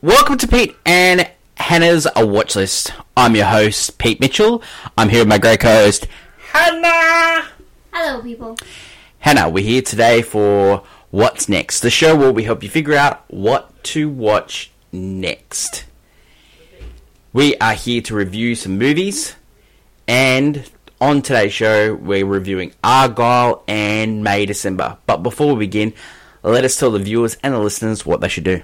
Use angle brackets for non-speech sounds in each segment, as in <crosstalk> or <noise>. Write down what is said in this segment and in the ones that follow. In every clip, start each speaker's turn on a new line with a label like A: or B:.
A: Welcome to Pete and Hannah's A Watch List. I'm your host, Pete Mitchell. I'm here with my great co host, Hannah!
B: Hello, people.
A: Hannah, we're here today for What's Next, the show where we help you figure out what to watch next. We are here to review some movies, and on today's show, we're reviewing Argyle and May December. But before we begin, let us tell the viewers and the listeners what they should do.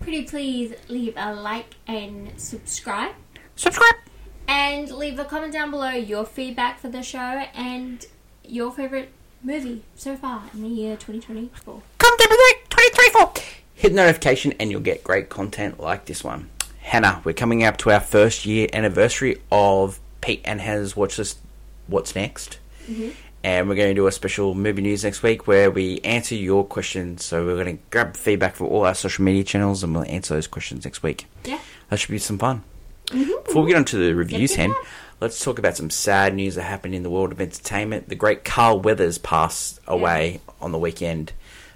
B: Pretty please leave a like and subscribe.
A: Subscribe!
B: And leave a comment down below your feedback for the show and your favourite movie so far in the year 2024.
A: Come down below, 234! Hit notification and you'll get great content like this one. Hannah, we're coming up to our first year anniversary of Pete and Hannah's Watch List What's Next. And we're going to do a special movie news next week where we answer your questions. So we're going to grab feedback from all our social media channels and we'll answer those questions next week.
B: Yeah.
A: That should be some fun. Before we get on to the reviews,
B: Yep, yep,
A: Hen, let's talk about some sad news that happened in the world of entertainment. The great Carl Weathers passed away on the weekend.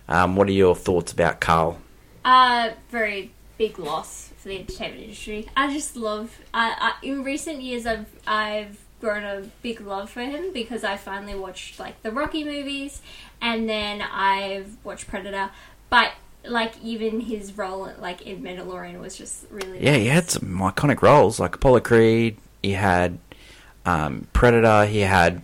A: Um, what are your thoughts about Carl?
B: Uh, very big loss for the entertainment industry. I just love. I, I in recent years, I've I've grown a big love for him because I finally watched like the Rocky movies, and then I've watched Predator. But like even his role like in Mandalorian was just really
A: Yeah, he
B: nice.
A: had some iconic roles like Apollo Creed. He had um, Predator. He had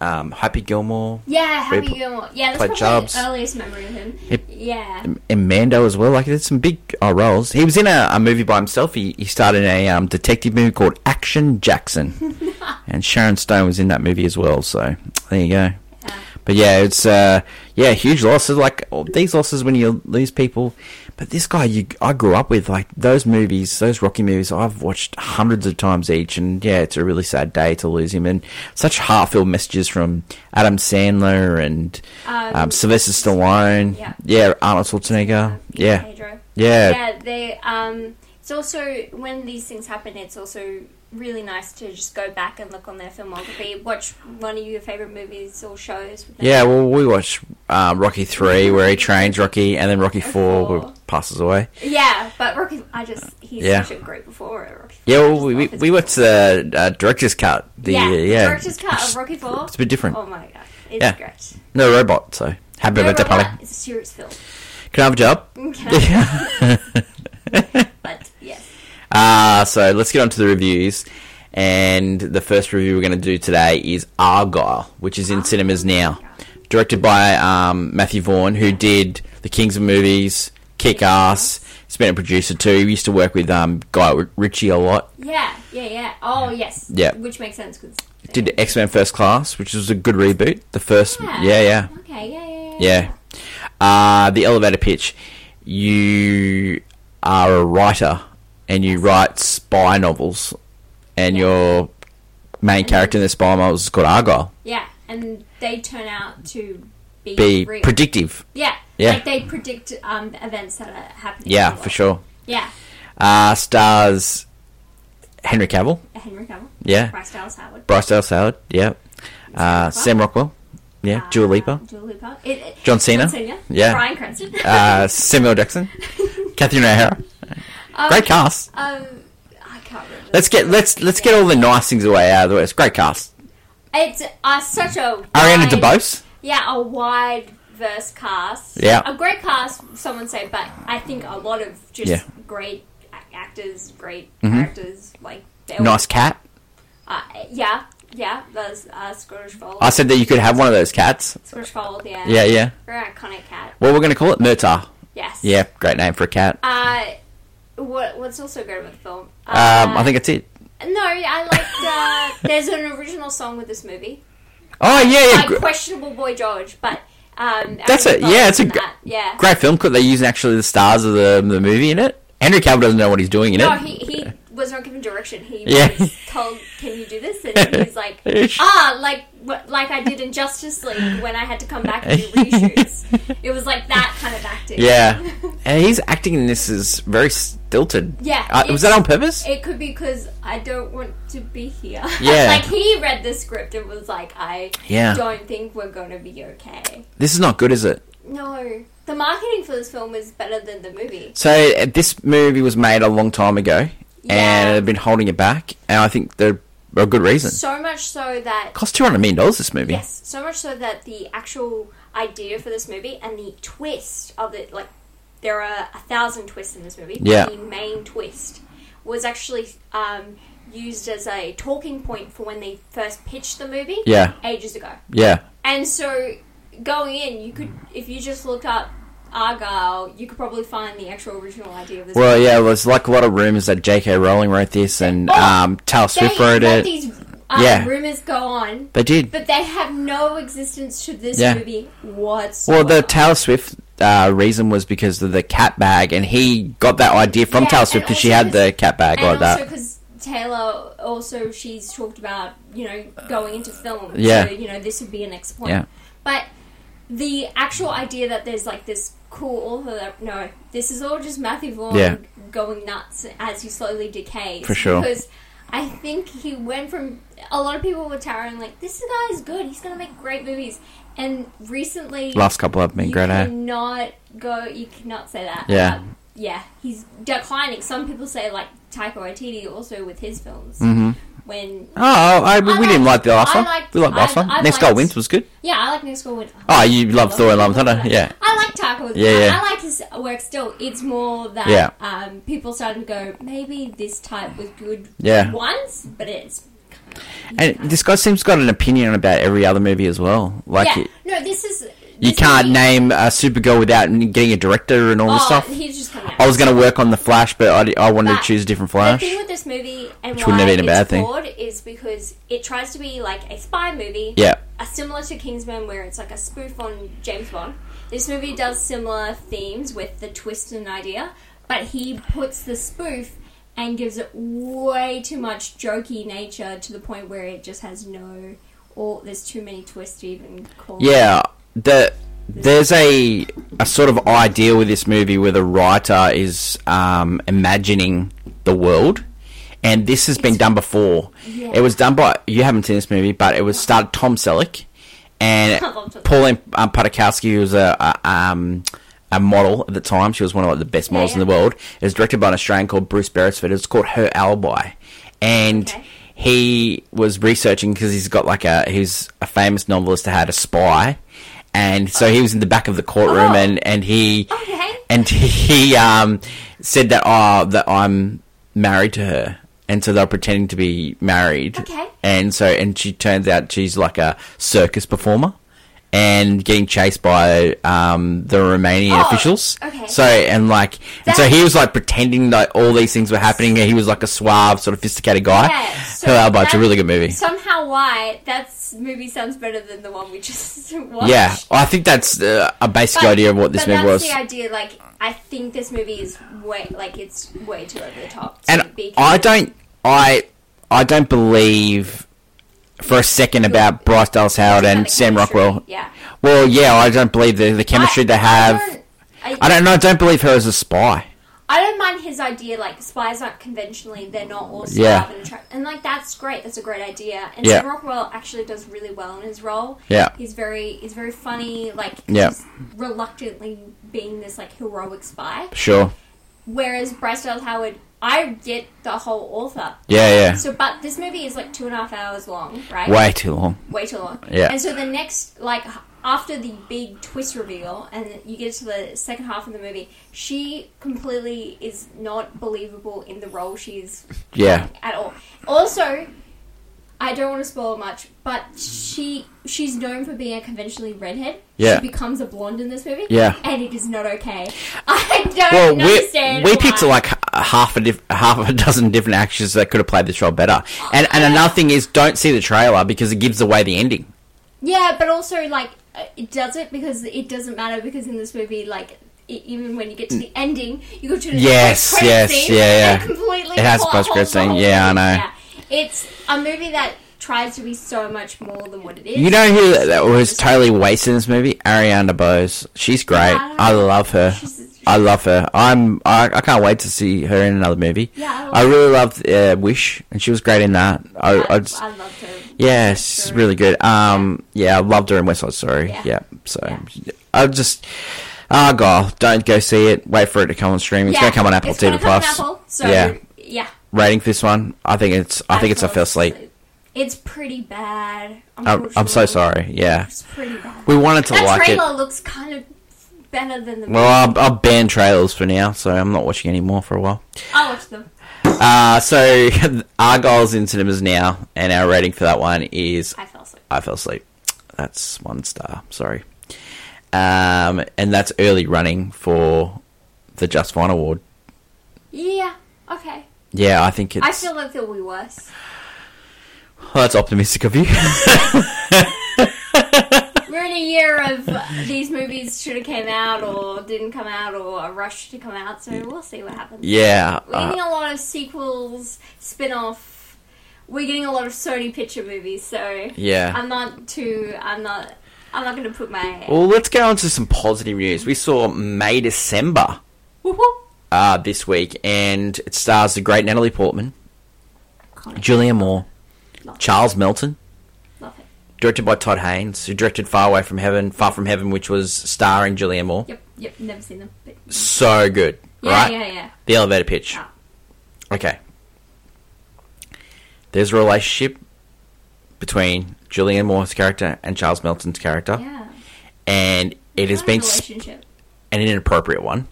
A: um, Happy Gilmore
B: Yeah,
A: Where
B: Happy
A: he pl-
B: Gilmore. Yeah, that's
A: played
B: probably
A: Jobs.
B: the earliest memory of him.
A: He-
B: yeah.
A: and Mando as well. Like he did some big uh, roles. He was in a, a movie by himself. He he started a um, detective movie called Action Jackson, and Sharon Stone was in that movie as well. So there you go. But yeah, it's uh, yeah huge losses. Like all these losses when you lose people. But this guy, you I grew up with like those movies, those Rocky movies. I've watched hundreds of times each, and yeah, it's a really sad day to lose him. And such heartfelt messages from Adam Sandler and um, Sylvester Stallone.
B: yeah.
A: Arnold Schwarzenegger. Yeah,
B: Pedro.
A: yeah,
B: yeah they um it's also when these things happen it's also really nice to just go back and look on their filmography watch one of your favorite movies or shows with them.
A: Yeah, Well, we watched uh, Rocky three, where he trains Rocky, and then Rocky four
B: Four.
A: where passes away.
B: yeah but rocky i just he's
A: Yeah.
B: such a great performer rocky
A: Yeah,
B: Four,
A: well,
B: I just
A: we,
B: love
A: we,
B: his
A: we watched the uh, director's cut. The
B: yeah,
A: uh, yeah,
B: director's cut
A: It's-
B: of rocky 4
A: It's a bit different.
B: oh my god it's
A: Yeah.
B: great
A: No robot, so happy
B: no,
A: about that,
B: Robot
A: Polly.
B: is a
A: <laughs>
B: serious film <laughs>
A: Can I have a job? <laughs>
B: okay. but yes
A: Ah, so let's get on to the reviews. And the first review we're going to do today is Argyle, which is in cinemas now. Directed by um, Matthew Vaughan, who did The Kings of Movies, Kick Ass. He's been a producer too. He used to work with um, Guy Ritchie a lot.
B: yeah yeah yeah oh yes
A: Yeah.
B: which makes sense because
A: Did X Men First Class, which was a good reboot. The first.
B: yeah
A: yeah. yeah.
B: okay yeah yeah yeah,
A: Yeah. Uh, the elevator pitch. You are a writer and you write spy novels, and your main character in the spy novels is called Argyle.
B: Yeah, and they turn out to be,
A: Be
B: real.
A: predictive.
B: Yeah,
A: Yeah.
B: like they predict um, events that are happening. in
A: Yeah,
B: the
A: for
B: world.
A: sure.
B: Yeah,
A: Uh, stars Henry Cavill.
B: Henry Cavill,
A: Yeah.
B: Bryce Dallas Howard,
A: Bryce Dallas Howard. Yeah. Uh, Sam Rockwell. Yeah.
B: uh,
A: Dua Lipa.
B: Dua Lipa, It- it-
A: John Cena. Yeah.
B: Brian Cranston,
A: Uh, Samuel Jackson. Catherine O'Hara.
B: <laughs> Um,
A: Great cast.
B: Um, I can't remember.
A: Let's get let's let's get all the nice things away out of the way. It's a great cast.
B: It's uh, such a
A: Ariana
B: wide-
A: DeBose.
B: Yeah, a wide verse cast.
A: Yeah.
B: a great cast. Someone said, but I think a lot of just
A: Yeah.
B: great a- actors, great
A: Mhm.
B: characters, like they all-
A: Nice cat.
B: Uh, yeah, yeah, those uh, Scottish Fold.
A: I said that you could have one of those cats.
B: Scottish Fold, yeah.
A: Yeah, yeah.
B: Very iconic cat.
A: Well, we're going to call it Murta.
B: Yes.
A: Yeah, great name for a cat.
B: Uh, what, what's also great about the film? uh,
A: Um, I think it's it.
B: No, I liked.
A: <laughs>
B: Uh, there's an original song with this movie.
A: Oh yeah, yeah.
B: Like
A: gr-
B: questionable boy George, but um,
A: That's
B: Aaron
A: it,
B: Paul
A: yeah,
B: was
A: it's a
B: in
A: gr-
B: that, yeah.
A: Great film. Could they use actually the stars of the, the movie in it? Henry Cavill doesn't know what he's doing in
B: No,
A: it.
B: he, he was not given direction. He
A: Yeah. <laughs>
B: was told, "Can you do this?" And he's like, "Oh,
A: Ish.
B: "Ah, like wh- like I did in Justice League when I had to come back and do
A: <laughs>
B: reshoots. It was like that kind of acting. <laughs>
A: Yeah, and he's acting in this is very stilted.
B: Yeah,
A: uh, was
B: it's-
A: that on purpose?
B: It could be because I don't want to be here. <laughs>
A: Yeah.
B: like he read the script and was like, I
A: Yeah.
B: don't think we're gonna be okay.
A: This is not good, is it?
B: No. The marketing for this film is better than the movie.
A: So uh, this movie was made a long time ago,
B: Yeah.
A: and they've been holding it back, and I think they're for a good reason.
B: So much so that
A: cost two hundred million dollars. This movie.
B: yes, so much so that the actual idea for this movie and the twist of it, like there are a thousand twists in this movie. but
A: Yeah.
B: The main twist was actually um, used as a talking point for when they first pitched the movie.
A: Yeah.
B: Ages ago.
A: Yeah.
B: And so going in, you could if you just looked up Argyle, you could probably find the actual original idea of this.
A: Well, yeah. Well, there's like a lot of rumors that J.K. Rowling wrote this, and
B: Oh,
A: um, Taylor
B: they
A: Swift wrote
B: let
A: it.
B: these um,
A: Yeah.
B: rumors go on,
A: they did.
B: but they have no existence to this
A: Yeah.
B: movie
A: Well,
B: whatsoever.
A: the Taylor Swift uh, reason was because of the cat bag, and he got that idea from
B: Yeah,
A: Taylor
B: and
A: Swift because she
B: also
A: had the cat bag
B: and
A: like
B: also
A: that.
B: because Taylor also she's talked about you know going into film.
A: Yeah.
B: So, you know this would be an exploit.
A: Yeah.
B: But the actual idea that there's like this cool author that no, this is all just Matthew Vaughn
A: Yeah.
B: going nuts as he slowly decays.
A: For sure.
B: Because I think he went from a lot of people were towering like this guy's good. He's gonna make great movies. And recently,
A: Last couple have been
B: you
A: great. eh?
B: cannot go. You cannot say that.
A: Yeah.
B: Uh, yeah, he's declining. Some people say like Taika Waititi also with his films.
A: Mm-hmm.
B: When
A: Oh, I, we
B: I
A: didn't like
B: liked-
A: the last
B: I
A: one.
B: liked-
A: we liked the last
B: I-
A: one.
B: I
A: Next Guy
B: liked-
A: Wins was good.
B: yeah, I like Next Door Winter.
A: Oh, you loved Thor and Love and Thunder. Yeah.
B: I like Taika. Waititi.
A: Yeah, yeah.
B: I like his work still. It's more that
A: Yeah.
B: um, people started to go maybe this type was good
A: Yeah.
B: once, but it's
A: And this guy seems got an opinion about every other movie as well. Like
B: yeah.
A: you,
B: No, this is
A: you
B: this
A: can't
B: movie-
A: name a Supergirl without n- getting a director and all
B: Oh,
A: this stuff.
B: he's just coming out.
A: I was going to work on the Flash, but I, di- I wanted
B: But
A: to choose a different
B: The
A: Flash.
B: thing with this movie and
A: Which
B: why
A: wouldn't have been a
B: it's
A: bad thing.
B: flawed is because it tries to be like a spy movie.
A: Yeah.
B: A similar to Kingsman, where it's like a spoof on James Bond. This movie does similar themes with the twist and idea, but he puts the spoof and gives it way too much jokey nature to the point where it just has no. Or there's too many twists to even call.
A: Yeah, the there's a a sort of idea with this movie where the writer is um, imagining the world, and this has been done before.
B: Yeah.
A: It was done by you haven't seen this movie, but it was started Tom Selleck
B: <laughs>
A: and
B: I love Tom Selleck.
A: Pauline um, Podakowski, who was a, a um. A model at the time, she was one of like, the best models
B: yeah.
A: in the world. It was directed by an Australian called Bruce Beresford. It was called Her Alibi, and
B: Okay.
A: he was researching because he's got like a he's a famous novelist that had a spy, and so he was in the back of the courtroom
B: Oh.
A: and and he
B: Okay.
A: and <laughs> he um said that oh that I'm married to her. And so they're pretending to be married.
B: Okay.
A: And so, and she turns out she's like a circus performer and getting chased by um, the Romanian
B: Oh,
A: officials.
B: okay.
A: So, and like, and so
B: That-
A: he was like pretending that all these things were happening and he was like a suave, sort of sophisticated guy.
B: Yeah, so
A: Her Alibi, it's a
B: that-
A: really good movie.
B: Somehow, why that movie sounds better than the one we just <laughs> watched.
A: Yeah, I think that's uh, a basic
B: But-
A: idea of what this
B: but
A: movie was.
B: that's the idea. Like, I think this movie is way like it's way too over the top. To
A: and
B: be
A: I don't, I, I don't believe for a second about Bryce Dallas Howard
B: considered
A: and Sam
B: chemistry.
A: Rockwell.
B: Yeah,
A: Well, yeah, I don't believe the the chemistry
B: I-
A: they have.
B: I don't, I,
A: I don't know. I don't believe her as a spy.
B: I don't mind his idea. Like, spies aren't conventionally; they're not all suave
A: Yeah.
B: and attract. And like, that's great. That's a great idea. And
A: Yeah.
B: Sam Rockwell actually does really well in his role.
A: Yeah.
B: he's very he's very funny. Like,
A: Yeah.
B: he's reluctantly being this like heroic spy.
A: Sure.
B: Whereas Bryce Dallas Howard, I get the whole author.
A: Yeah, yeah.
B: So, but this movie is like two and a half hours long, right?
A: Way too long.
B: Way too long.
A: Yeah.
B: And so the next, like, h- after the big twist reveal, and you get to the second half of the movie, she completely is not believable in the role she's
A: Yeah.
B: at all. Also, I don't want to spoil much, but she she's known for being a conventionally redhead.
A: Yeah.
B: She becomes a blonde in this movie.
A: Yeah.
B: And it is not okay. <laughs> I don't
A: Well, we
B: understand.
A: we
B: why.
A: picked like h- half a diff- half a <laughs> dozen different actors that could have played this role better. And and another thing is, don't see the trailer because it gives away the ending.
B: Yeah, but also like uh, it does it because it doesn't matter because in this movie, like e- even when you get to the ending, you go to the
A: Yes,
B: post-credit
A: yes,
B: scene
A: yeah, yeah.
B: and completely
A: It has
B: pl-
A: post-credit
B: holds the
A: scene,
B: whole
A: yeah, I
B: thing.
A: know.
B: Yeah. It's a movie that tries to be so much more than what it is.
A: You know who that- that was totally wasted in this movie? Ariana Bose. She's great.
B: Yeah,
A: I love her.
B: She's-
A: I love her. I'm. I, I can't wait to see her in another movie.
B: Yeah, I
A: I really loved uh, Wish, and she was great in that. I, I,
B: I,
A: just,
B: I loved her.
A: yeah, she's really good. Um, yeah, I loved her in West Side Story. Yeah,
B: Yeah.
A: so I just. Oh god, don't go see it. Wait for it to come on stream. It's
B: Yeah,
A: gonna come on Apple
B: it's
A: TV
B: gonna come on
A: Plus.
B: Apple, so
A: Yeah.
B: yeah, yeah.
A: Rating for this one, I think it's. I think it's a
B: fell
A: fair slate.
B: It's pretty bad.
A: I'm, Oh, I'm so
B: unfortunately.
A: sorry. Yeah,
B: It's pretty bad.
A: we wanted to
B: that
A: like it.
B: trailer looks kind of better than the.
A: Well, I'll, I'll ban trailers for now, so I'm not watching any more for a while.
B: I watched them.
A: Uh, so <laughs> Argyle's in cinemas now, and our rating for that one is
B: I fell asleep.
A: I fell asleep. That's one star. Sorry. Um, and that's early running for the Just Fine Award.
B: Yeah. Okay.
A: Yeah, I think it's
B: I feel like there'll be worse.
A: Oh, that's optimistic of you. <laughs>
B: We're in a year of uh, these movies should have came out or didn't come out or a rush to come out, so we'll see what happens.
A: yeah,
B: We're
A: uh,
B: getting a lot of sequels, spin-off. We're getting a lot of Sony Picture movies, so
A: yeah.
B: I'm not too. I'm not. I'm not going to put my.
A: Well, let's go on to some positive news. We saw May December
B: Woohoo!
A: uh, this week, and it stars the great Natalie Portman,
B: Can't
A: Julia Moore,
B: Love it.
A: Charles Melton,
B: Love it.
A: directed by Todd Haynes, who directed Far Away from Heaven, Far from Heaven, which was starring Julia Moore.
B: Yep, yep. Never seen them. But
A: So good,
B: yeah,
A: right?
B: yeah, yeah.
A: The elevator pitch.
B: Ah.
A: Okay. There's a relationship between Julianne Moore's character and Charles Melton's character,
B: Yeah.
A: and it has
B: What a
A: been sp-
B: relationship.
A: an inappropriate one.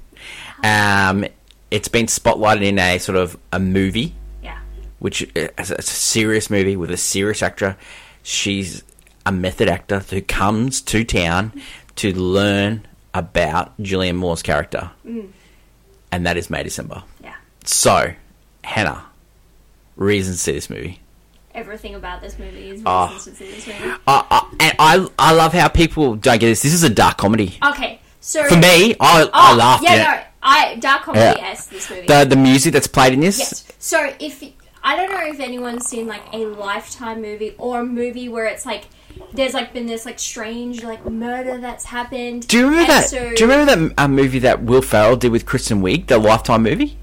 A: Um, it's been spotlighted in a sort of a movie
B: Yeah.
A: which is it's a serious movie with a serious actor. She's a method actor who comes to town to learn about Julianne Moore's character, and that is May December.
B: Mm. Yeah.
A: So, Hannah, reasons to see this movie.
B: Everything about this movie is
A: Ah.
B: reasons to see this movie.
A: I, I, and I, I love how people don't get this. This is a dark comedy
B: Okay, so
A: for me. I, I
B: Oh,
A: laughed
B: Yeah,
A: at
B: no, I dark comedy
A: Yeah.
B: yes, this movie.
A: it. the the music that's played in this.
B: yes. So if I don't know if anyone's seen like a lifetime movie or a movie where it's like there's like been this like strange like murder that's happened.
A: Do you remember
B: and
A: that?
B: so-
A: do you remember that uh, movie that Will Ferrell did with Kristen Wiig, the Lifetime movie?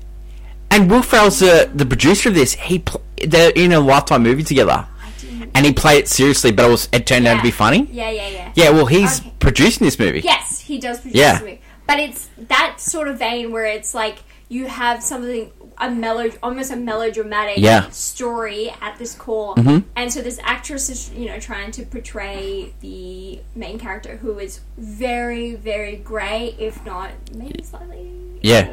A: And Will Ferrell's the, the producer of this. He pl- they're in a Lifetime movie together,
B: I didn't-
A: and he played it seriously, but it was it turned out to be funny.
B: Yeah, yeah, yeah.
A: Yeah, well, he's
B: Okay.
A: producing this movie.
B: Yes, he does produce
A: Yeah.
B: the movie. But it's that sort of vein where it's like you have something a mellow, almost a melodramatic
A: Yeah. Mm-hmm.
B: story at this core, and so this actress is you know trying to portray the main character who is very very grey, if not maybe slightly
A: Yeah.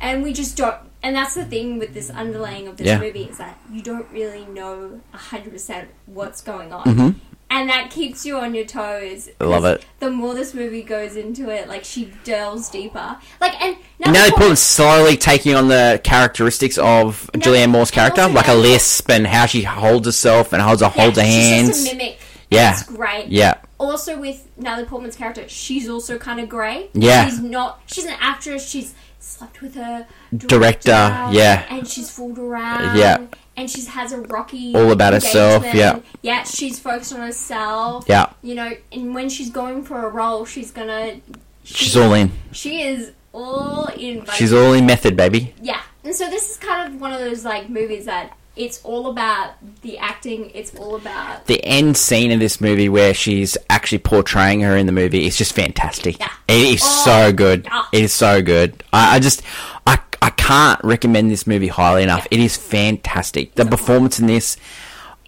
B: and we just don't. And that's the thing with this underlaying of this
A: Yeah.
B: movie is that you don't really know hundred percent what's going on,
A: Mm-hmm.
B: and that keeps you on your toes.
A: I love it.
B: The more this movie goes into it, like she delves deeper, like and now
A: Now they put him slowly taking on the characteristics of Julianne Moore's character,
B: also
A: like a
B: now-
A: lisp and how she holds herself and holds her holds her
B: She's just
A: hands.
B: a mimic.
A: Yeah.
B: it's great.
A: Yeah,
B: also with Natalie Portman's character, she's also kind of grey.
A: Yeah.
B: she's not. She's an actress. She's slept with her
A: Director, yeah.
B: and she's fooled around,
A: Yeah.
B: and she's has a rocky
A: All about herself,
B: engagement. yeah. She's focused on herself,
A: yeah,
B: You know, and when she's going for a role, she's gonna.
A: she's all in.
B: She is all in. buddy.
A: She's all in method, baby.
B: Yeah, and so this is kind of one of those like movies that it's all about the acting. It's all about
A: the end scene in this movie where she's actually portraying her in the movie is just fantastic.
B: Yeah.
A: It is
B: Oh,
A: so good.
B: yeah.
A: It is so good. I, I just, I, I can't recommend this movie highly enough. It is fantastic. The performance in this,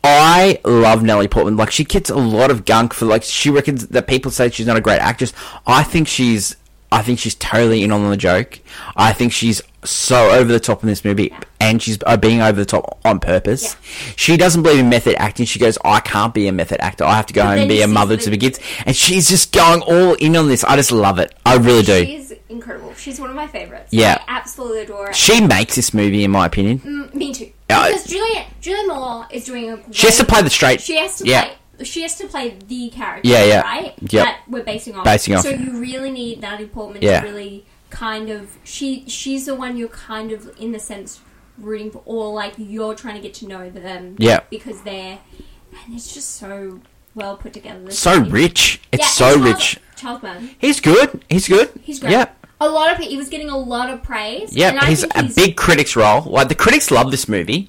A: I love Natalie Portman. Like, she gets a lot of gunk for, like, she reckons that people say she's not a great actress. I think she's. I think she's totally in on the joke. I think she's so over the top in this movie, and she's uh, being over the top on purpose.
B: Yeah.
A: She doesn't believe in method acting. She goes, I can't be a method actor. I have to go home and
B: then
A: be
B: you
A: a
B: see
A: mother
B: the-
A: to the kids. And she's just going all in on this. I just love it. I really do.
B: She's incredible. She's one of my favorites.
A: Yeah.
B: I absolutely adore her.
A: She makes this movie, in my opinion.
B: Mm, me too.
A: Yeah,
B: Because Julia Julia Moore is doing a.
A: She has to play the straight.
B: She has to
A: yeah.
B: play. She has to play the character.
A: Yeah, yeah.
B: Right.
A: Yep.
B: That we're basing off.
A: Basing off,
B: So
A: yeah.
B: you really need Natalie Portman
A: Yeah.
B: to really kind of she she's the one you're kind of in a sense rooting for, or like you're trying to get to know them.
A: Yeah.
B: Because they're and it's just so well put together. the
A: So
B: story.
A: rich. It's
B: Yeah,
A: so
B: and Charles-
A: rich.
B: Charles Mann.
A: He's good. He's good.
B: He's great.
A: Yep.
B: A lot of pe- he was getting a lot of praise. and
A: Yep.
B: I
A: He's
B: think
A: a big critics role. Like the critics love this movie,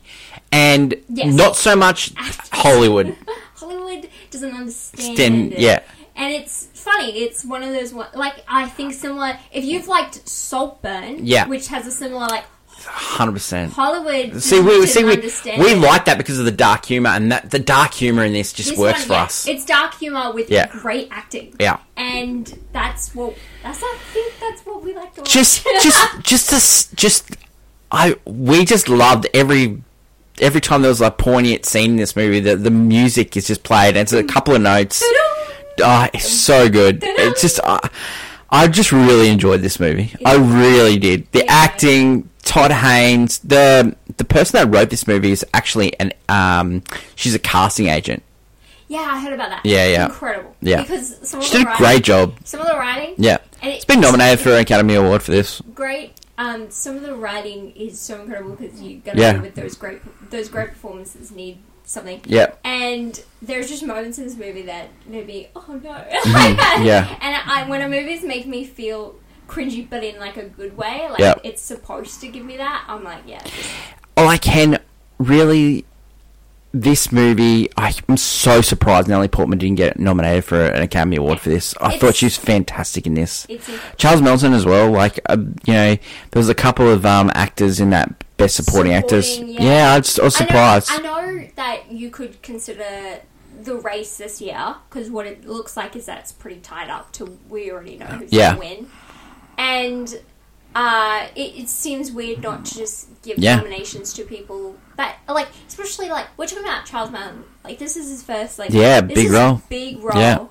A: and
B: Yes.
A: not so much Hollywood.
B: <laughs> Hollywood doesn't understand.
A: Stand-
B: it.
A: yeah.
B: And it's funny. It's one of those one, like I think similar. If you've liked Saltburn,
A: Yeah.
B: which has a similar like
A: Hundred percent.
B: Hollywood.
A: See, we
B: didn't
A: see we,
B: understand
A: we
B: it.
A: like that because of the dark humor, and that the dark humor in this just
B: This
A: works
B: one,
A: for
B: yeah,
A: us.
B: It's dark humor with
A: Yeah.
B: great acting.
A: Yeah.
B: And that's what that's I think that's what we like to watch. <laughs>
A: just just just this just i we just loved every every time there was a poignant scene in this movie the, the music is just played and it's
B: Mm.
A: a couple of notes Ah, it's so good it's just uh, i just really enjoyed this movie i really did the
B: Yeah.
A: acting todd haynes the the person that wrote this movie is actually an um she's a casting agent
B: yeah, I heard about that.
A: Yeah, yeah.
B: Incredible.
A: Yeah.
B: Because some of
A: she
B: the
A: did a
B: writing,
A: great job
B: Some of the writing.
A: yeah
B: And
A: it's been nominated for an academy award for this
B: Great. Um, some of the writing is so incredible because you got to
A: Yeah.
B: yeah. with those great those great performances need something.
A: yeah
B: And there's just moments in this movie that made me, oh no. <laughs>
A: Mm-hmm. yeah.
B: And I, when a movie's make me feel cringy, but in like a good way, like
A: Yeah.
B: it's supposed to give me that, I'm like, yeah.
A: Oh, I can really. This movie, I- I'm so surprised Natalie Portman didn't get nominated for an Academy Award for this. I
B: It's-
A: thought she was fantastic in this.
B: It's incredible.
A: Charles Melton as well. Like, uh, you know, there was a couple of um, actors in that Best Supporting, Actors.
B: Supporting,
A: Yeah,
B: yeah.
A: I, just, I was
B: I know-
A: surprised.
B: I know, that you could consider the race this year because what it looks like is that it's pretty tied up to we already know who's
A: Yeah.
B: going to win, and uh, it, it seems weird not to just give
A: Yeah.
B: nominations to people that like especially like we're talking about Charles Mann like this is his first like
A: Yeah,
B: this
A: big
B: is
A: role.
B: a big role
A: Yeah.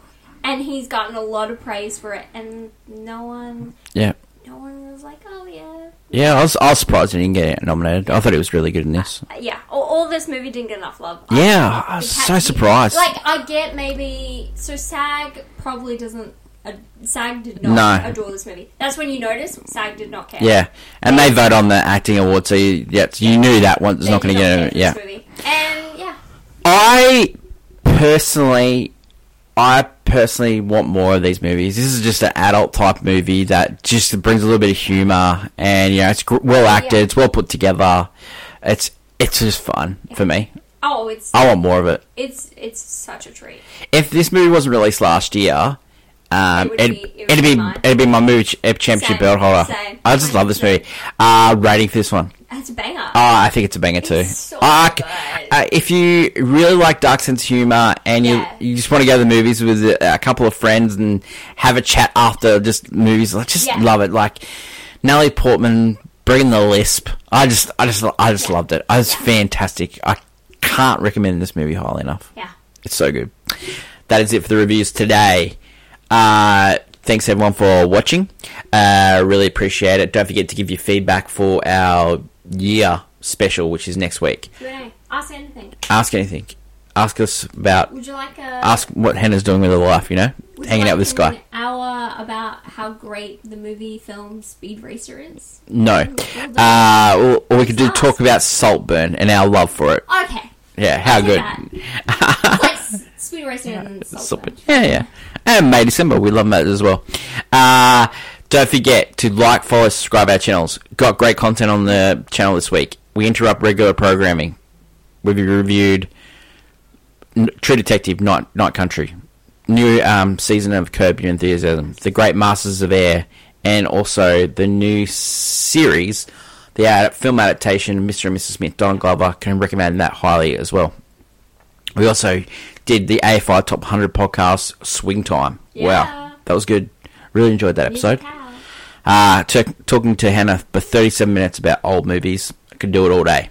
B: and he's gotten a lot of praise for it and no one
A: yeah,
B: no one was like oh yeah
A: yeah, I was, I was surprised he didn't get nominated. I thought it was really good in this.
B: Uh, yeah, all, all this movie didn't get enough love.
A: Yeah, I was
B: It
A: so
B: had-
A: surprised.
B: Like, I get maybe so SAG probably doesn't. Uh, SAG did not
A: No.
B: adore this movie. That's when you notice SAG did not care.
A: yeah, and they vote on the acting award, so you, yeah, you knew that one was
B: They
A: not going
B: did
A: to get.
B: care
A: it. Yeah,
B: for this movie. And yeah,
A: I personally, I personally want more of these movies. This is just an adult type movie that just brings a little bit of humor, and you know, it's gr- well acted,
B: Yeah.
A: it's well put together. It's it's just fun for me.
B: oh, it's
A: I want more of it.
B: it's it's such a treat.
A: If this movie wasn't released last year. Um,
B: It would
A: it,
B: be- it would
A: it'd
B: be
A: be,
B: mine.
A: it'd be my movie ch- uh, championship
B: Same,
A: belt holder.
B: same.
A: I just love this movie. Uh, rating for this one.
B: It's a banger.
A: Oh, I think it's a banger too.
B: It's so
A: I c-
B: good.
A: uh, if you really like dark sense of humor and you
B: Yeah.
A: you just want to go to the movies with a, a couple of friends and have a chat after just movies, like just
B: Yeah.
A: love it. Like Natalie Portman bringing the lisp. I just, I just, I just loved it. It was fantastic. I can't recommend this movie highly enough.
B: Yeah.
A: It's so good. That is it for the reviews today. Uh, thanks everyone for watching. Uh, really appreciate it. Don't forget to give your feedback for our year special, which is next week.
B: Q&A. Ask anything.
A: Ask anything. Ask us about.
B: Would you like a
A: Ask what Hannah's doing with her life. You know,
B: would you
A: hanging
B: like
A: out with this
B: an
A: guy.
B: Hour about how great the movie film Speed Racer is.
A: No. Uh, or, or we could do talk about Saltburn and our love for it. <laughs>
B: Okay,
A: Yeah, how
B: do
A: good.
B: It's like S- Speed Racer and
A: Something.
B: Saltburn.
A: Yeah, yeah. And May December, we love that as well. Uh, don't forget to like, follow, subscribe our channels. Got great content on the channel this week. We interrupt regular programming. We've reviewed N- True Detective, Night, Night Country, new um, season of Curb Your Enthusiasm, The Great Masters of Air, and also the new series, the ad- film adaptation, Mr. and Mrs. Smith, Don Glover. Can recommend that highly as well. We also did the AFI Top 100 podcast Swing Time.
B: Yeah.
A: Wow, that was good. Really enjoyed that episode.
B: Yeah.
A: Uh, t- talking to Hannah for 37 minutes about old movies. I could do it all day.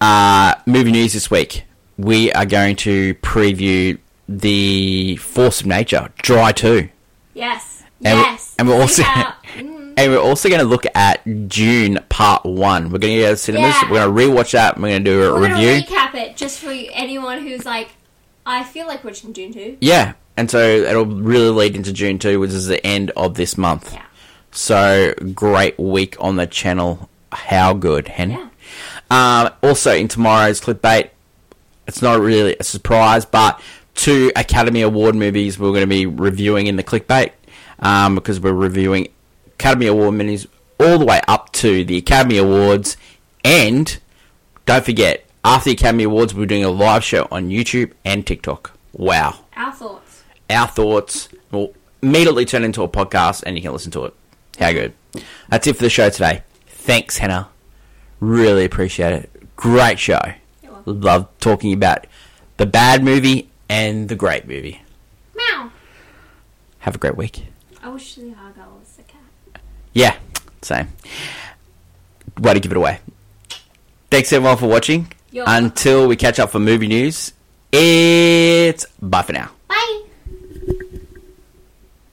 A: Uh, movie news this week. We are going to preview The Force of Nature, Dry 2.
B: Yes.
A: And we-
B: yes.
A: and we're also-
B: Check out-
A: <laughs>
B: Mm.
A: And we're also going to look at June Part 1. We're going to go to the cinemas.
B: Yeah.
A: We're going to rewatch that. and We're going to do a
B: we're
A: review.
B: gonna recap it just for anyone who's like, I feel like watching June two.
A: yeah. And so it'll really lead into June 2, which is the end of this month.
B: Yeah.
A: So great week on the channel. How good, Hen?
B: Yeah.
A: Um, also, in tomorrow's clickbait, It's not really a surprise, but two Academy Award movies we're going to be reviewing in the clickbait um, because we're reviewing Academy Award movies all the way up to the Academy Awards. And don't forget, after the Academy Awards, we're doing a live show on YouTube and TikTok. Wow.
B: Our thoughts.
A: Our thoughts will immediately turn into a podcast and you can listen to it. How good. That's it for the show today. Thanks, Hannah. Really appreciate it. Great show.
B: You're welcome.
A: Love talking about the bad movie and the great movie.
B: Meow.
A: Have a great week.
B: I wish the Argyle was the cat.
A: Yeah, same. Way to give it away. Thanks everyone for watching.
B: You're welcome.
A: Until we catch up for movie news, it's bye for now.